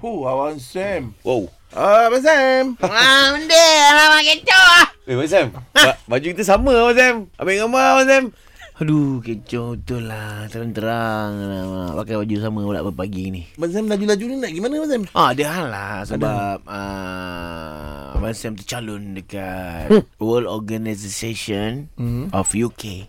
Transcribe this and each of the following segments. Oh, Abang Sam. Wow. Ah, Abang Sam. Ah, benda lah mak kecoh lah. Eh, Abang Sam. Ba- baju kita sama, Abang Sam. Ambil gambar, Abang Sam. Aduh, kecoh betul lah. Terang-terang lah. mak. Pakai baju sama pula pagi ni. Abang Sam laju-laju ni nak gimana Abang Sam? Ah, ada hal lah sebab ah, Abang Sam tercalon dekat World Organisation Hmm. of UK.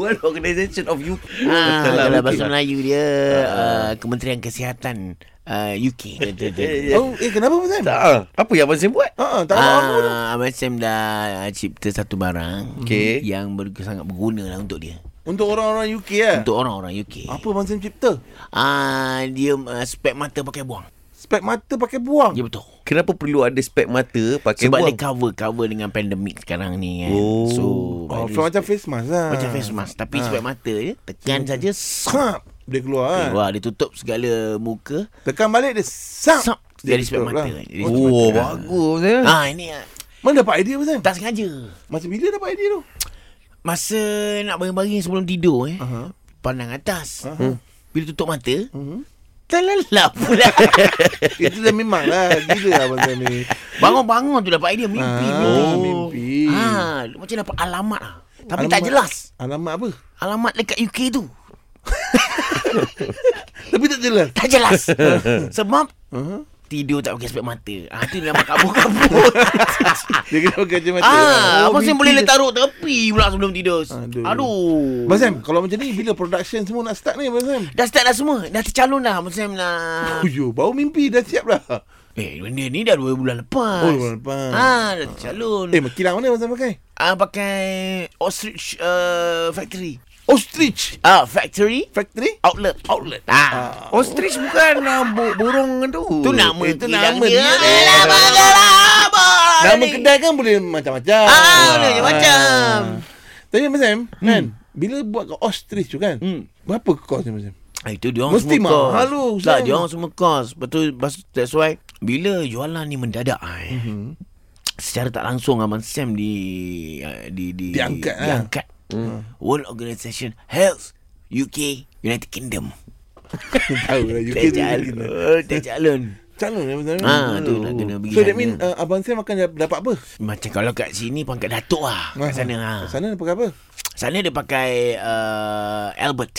World Organisation of you. lah, Ah, lah, Salah, kalau okey. bahasa Melayu dia ah, Kementerian Kesihatan ah, UK. Kata dia. Oh, eh kenapa Abang Sam? Tak. ah. Apa yang Abang Sam buat? Ha, tak apa apa. tu. Ah, Abang Sam dah ah, cipta satu barang Okey. yang ber, sangat berguna lah untuk dia. Untuk orang-orang UK eh. Untuk orang-orang UK. Apa Abang Sam cipta? Ah, dia uh, spek mata pakai buang. Spek mata pakai buang. Ya betul. Kenapa perlu ada spek mata pakai Sebab buang? dia cover cover dengan pandemik sekarang ni kan. Oh. So Oh, virus- so macam face mask lah. macam face mask tapi Ah. Hmm. spek mata je tekan saja sap. Sap. Dia keluar kan. Wah, dia tutup segala muka. Tekan balik dia sap. Sap. Jadi spek tutup mata. lah. Jadi spek Oh, mata. bagus Abang Eh. Sam. Ah, ini ah, Mana dapat idea Abang Sam? tak sengaja. Masa bila dapat idea tu? Masa nak baring-baring sebelum tidur eh. Aha. Pandang atas. Hmm. Aha. Bila tutup mata, Mhm. terlelap pula. Itu dah memang lah Gila lah Abang Sam ni Bangun-bangun tu dapat idea mimpi. Ah, betul. mimpi. Ah, macam dapat alamat lah. Tapi alamat. tak jelas. Alamat apa? Alamat dekat UK tu Tapi tak jelas Tak jelas Sebab uh-huh. Tidur tak pakai spek mata Ah tu nama kabur-kabur Dia kena pakai kacamata Ah, oh, Abang Sam mimpi boleh dia. letak taruh tepi pula sebelum tidur Aduh. Aduh Aduh Abang Sam, kalau macam ni Bila production semua nak start ni Abang Sam Dah start dah semua Dah tercalon dah Abang Sam dah Uyo, baru mimpi dah siap dah Eh benda ni dah 2 bulan lepas Oh, dua bulan lepas. Ah dah tercalon Eh, kilang mana Abang Sam pakai? Ah pakai Ostrich uh, Factory Ostrich Ah Factory Factory? Outlet Outlet Ah, Ostrich bukan uh, bu- burung tu. Eh, Tu nama itu Eh, kilang nama dia. Ah. Alah bagalaba Nama kedai Ah. kan boleh macam-macam Ah boleh Hmm. macam Tapi Abang Sam, kan Bila buat kat ostrich tu kan Hmm. Berapa kos ni Abang Sam? Ah, Itu dia orang Mesti semua kos. mahal tu, Tak, Sam. dia orang semua kos. Betul, bas- that's why bila jualan ni mendadak eh. Mhm. Mm-hmm. Secara tak langsung Abang Sam di ah, di di Diangkat, ah. diangkat. World Organisation Health UK United Kingdom. Oh, Tahu lah UK tu kena. Tercalon. Tercalon. Calon Abang Sam Ah, tu nak kena pergi So that sana. mean uh, Abang Sam akan dap- dapat apa? Ah, Macam kalau kat sini pangkat datuk lah. Kat sana ha. Kat sana dia pakai apa? Sana dia pakai uh, Albert.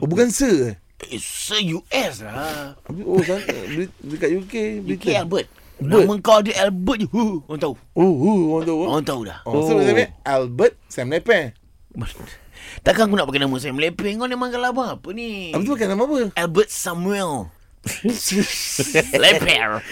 Oh bukan Sir eh? Eh, se US lah. Oh sana, Brit- dekat UK UK Britain. Albert. Albert. Nama kau dia Albert je. Huh, orang tahu. Oh, oh orang tahu Orang tahu dah. Oh, so dia ambil Albert Sam Lepe. Takkan aku nak pakai nama saya Melepeng Kau memang kalau apa, apa ni Abang tu pakai nama apa? Albert Samuel Leper